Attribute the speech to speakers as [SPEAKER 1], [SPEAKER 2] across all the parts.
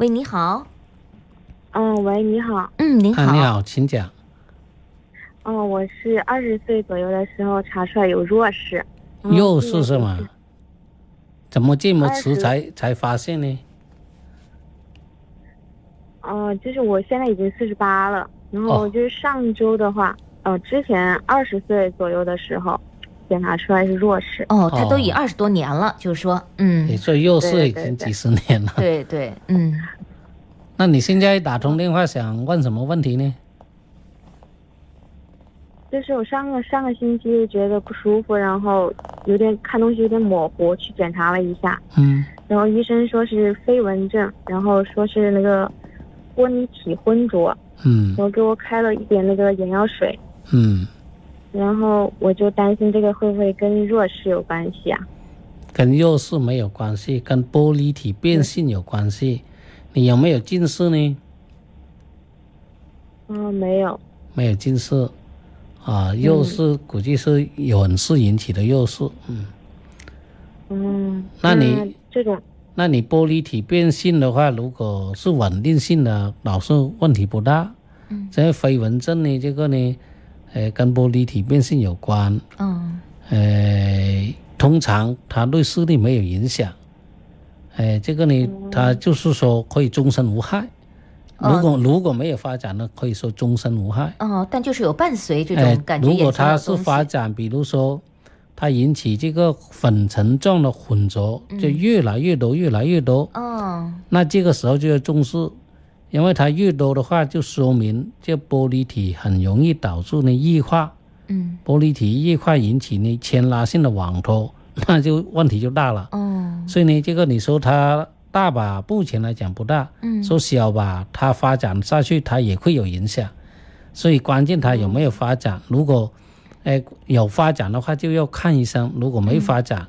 [SPEAKER 1] 喂，你好。
[SPEAKER 2] 嗯，喂，你好。
[SPEAKER 1] 嗯，您好。
[SPEAKER 3] 啊，你好，请讲。
[SPEAKER 2] 嗯，我是二十岁左右的时候查出来有弱视。
[SPEAKER 1] 嗯啊
[SPEAKER 3] 又是什么？怎么这么迟
[SPEAKER 2] 20
[SPEAKER 3] 才才发现呢？
[SPEAKER 2] 嗯，就是我现在已经四十八了，然后
[SPEAKER 3] 哦
[SPEAKER 2] 就是上周的话，呃，之前二十岁左右的时候，检查出来是弱视。
[SPEAKER 1] 哦，他都
[SPEAKER 3] 哦
[SPEAKER 1] 已二十多年了，就是说，嗯
[SPEAKER 3] 你，这又是
[SPEAKER 2] 对
[SPEAKER 3] 已
[SPEAKER 2] 对
[SPEAKER 3] 经
[SPEAKER 2] 对
[SPEAKER 3] 几十年了。
[SPEAKER 1] 对对，嗯，
[SPEAKER 3] 那你现在打通电话想问什么问题呢？
[SPEAKER 2] 就是我上个上个星期觉得不舒服，然后有点看东西有点模糊，去检查了一下，
[SPEAKER 3] 嗯，
[SPEAKER 2] 然后医生说是飞蚊症，然后说是那个昏体昏浊，
[SPEAKER 3] 嗯
[SPEAKER 2] 然后给我开了一点那个眼药水，
[SPEAKER 3] 嗯，
[SPEAKER 2] 然后我就担心这个会不会跟弱视有关系啊？
[SPEAKER 3] 跟弱视没有关系，跟玻璃体变性有关系。你有没有近视呢？
[SPEAKER 2] 嗯，没有。
[SPEAKER 3] 没有近视，啊，
[SPEAKER 1] 嗯
[SPEAKER 3] 右视估计是远视引起的右视。嗯，
[SPEAKER 2] 嗯，
[SPEAKER 3] 那你
[SPEAKER 2] 这种
[SPEAKER 3] 那你玻璃体变性的话，如果是稳定性的，老是问题不大。
[SPEAKER 1] 嗯
[SPEAKER 3] 这飞蚊症呢，这个呢，呃，跟玻璃体变性有关，
[SPEAKER 1] 哦，
[SPEAKER 3] 呃，通常它对视力没有影响，呃，这个呢，它就是说可以终身无害。
[SPEAKER 1] 哦
[SPEAKER 3] 如果如果没有发展呢，可以说终身无害。
[SPEAKER 1] 哦，但就是有伴随这
[SPEAKER 3] 哎
[SPEAKER 1] 种感觉
[SPEAKER 3] 如
[SPEAKER 1] 眼前
[SPEAKER 3] 果
[SPEAKER 1] 有
[SPEAKER 3] 它是
[SPEAKER 1] 东西
[SPEAKER 3] 发展，比如说它引起这个粉尘状的混浊，
[SPEAKER 1] 嗯
[SPEAKER 3] 就越来越多，越来越多，
[SPEAKER 1] 哦，
[SPEAKER 3] 那这个时候就要重视，因为它越多的话，就说明这玻璃体很容易导致呢液化，
[SPEAKER 1] 嗯，
[SPEAKER 3] 玻璃体液化引起呢牵拉性的网脱， 那就问题就大了。
[SPEAKER 1] 哦，
[SPEAKER 3] 所以呢，这个你说它大吧，目前来讲不大，
[SPEAKER 1] 嗯
[SPEAKER 3] 说小吧，它发展下去它也会有影响，所以关键它有没有发展，如果，哎有发展的话就要看医生，如果没发展，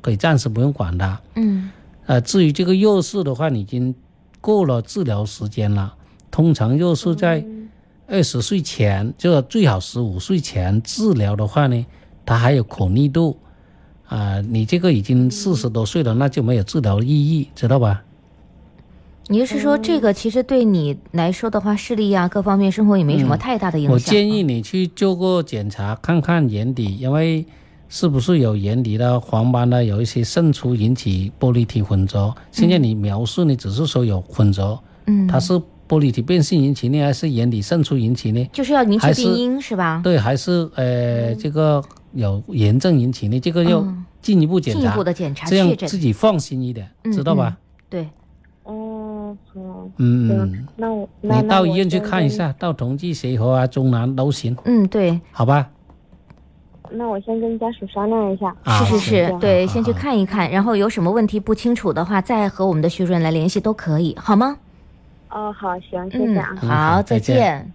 [SPEAKER 3] 可以暂时不用管它。
[SPEAKER 1] 嗯，
[SPEAKER 3] 呃，至于这个弱视的话，你已经过了治疗时间了，通常弱视在
[SPEAKER 2] 嗯
[SPEAKER 3] 二十岁前，就最好十五岁前治疗的话呢，它还有可逆度。啊、你这个已经四十多岁了，那就没有治疗意义，知道吧？
[SPEAKER 1] 你是说这个其实对你来说的话，视力啊各方面生活也没什么太大的影响。
[SPEAKER 3] 嗯我建议，你去做个检查，看看眼底，因为是不是有眼底的黄斑呢？有一些渗出引起玻璃体混浊。现在你描述你只是说有混浊，
[SPEAKER 1] 嗯，
[SPEAKER 3] 它是玻璃体变性引起呢，还是眼底渗出引起呢？
[SPEAKER 1] 就是要明确
[SPEAKER 3] 还是
[SPEAKER 1] 病因是吧？
[SPEAKER 3] 对，还是呃这个有炎症引起呢？这个要
[SPEAKER 1] 嗯
[SPEAKER 3] 进一步检
[SPEAKER 1] 进一
[SPEAKER 3] 查，
[SPEAKER 1] 步的检查
[SPEAKER 3] 这样
[SPEAKER 1] 确诊
[SPEAKER 3] 自，己放心一点，
[SPEAKER 1] 嗯
[SPEAKER 3] 知道吧？？
[SPEAKER 1] 嗯对，
[SPEAKER 2] 哦，好，
[SPEAKER 3] 嗯，
[SPEAKER 2] 行，那我那
[SPEAKER 3] 你到
[SPEAKER 2] 那
[SPEAKER 3] 医
[SPEAKER 2] 我
[SPEAKER 3] 院去
[SPEAKER 2] 先
[SPEAKER 3] 看一
[SPEAKER 2] 跟。
[SPEAKER 3] 下，到同济协和啊、中南都行，
[SPEAKER 1] 嗯对，
[SPEAKER 3] 好吧？
[SPEAKER 2] 那我先跟家属商量一下。
[SPEAKER 3] 啊，
[SPEAKER 1] 是是是，
[SPEAKER 3] 行
[SPEAKER 1] 对，
[SPEAKER 3] 啊
[SPEAKER 1] 先去
[SPEAKER 3] 啊
[SPEAKER 1] 看一看，然后有什么问题不清楚的话，再和我们的徐主任来联系都可以，好吗？
[SPEAKER 2] 哦，好，行，谢谢
[SPEAKER 1] 嗯
[SPEAKER 2] 啊。，
[SPEAKER 3] 嗯好
[SPEAKER 1] 好，再
[SPEAKER 3] 再见
[SPEAKER 1] 见。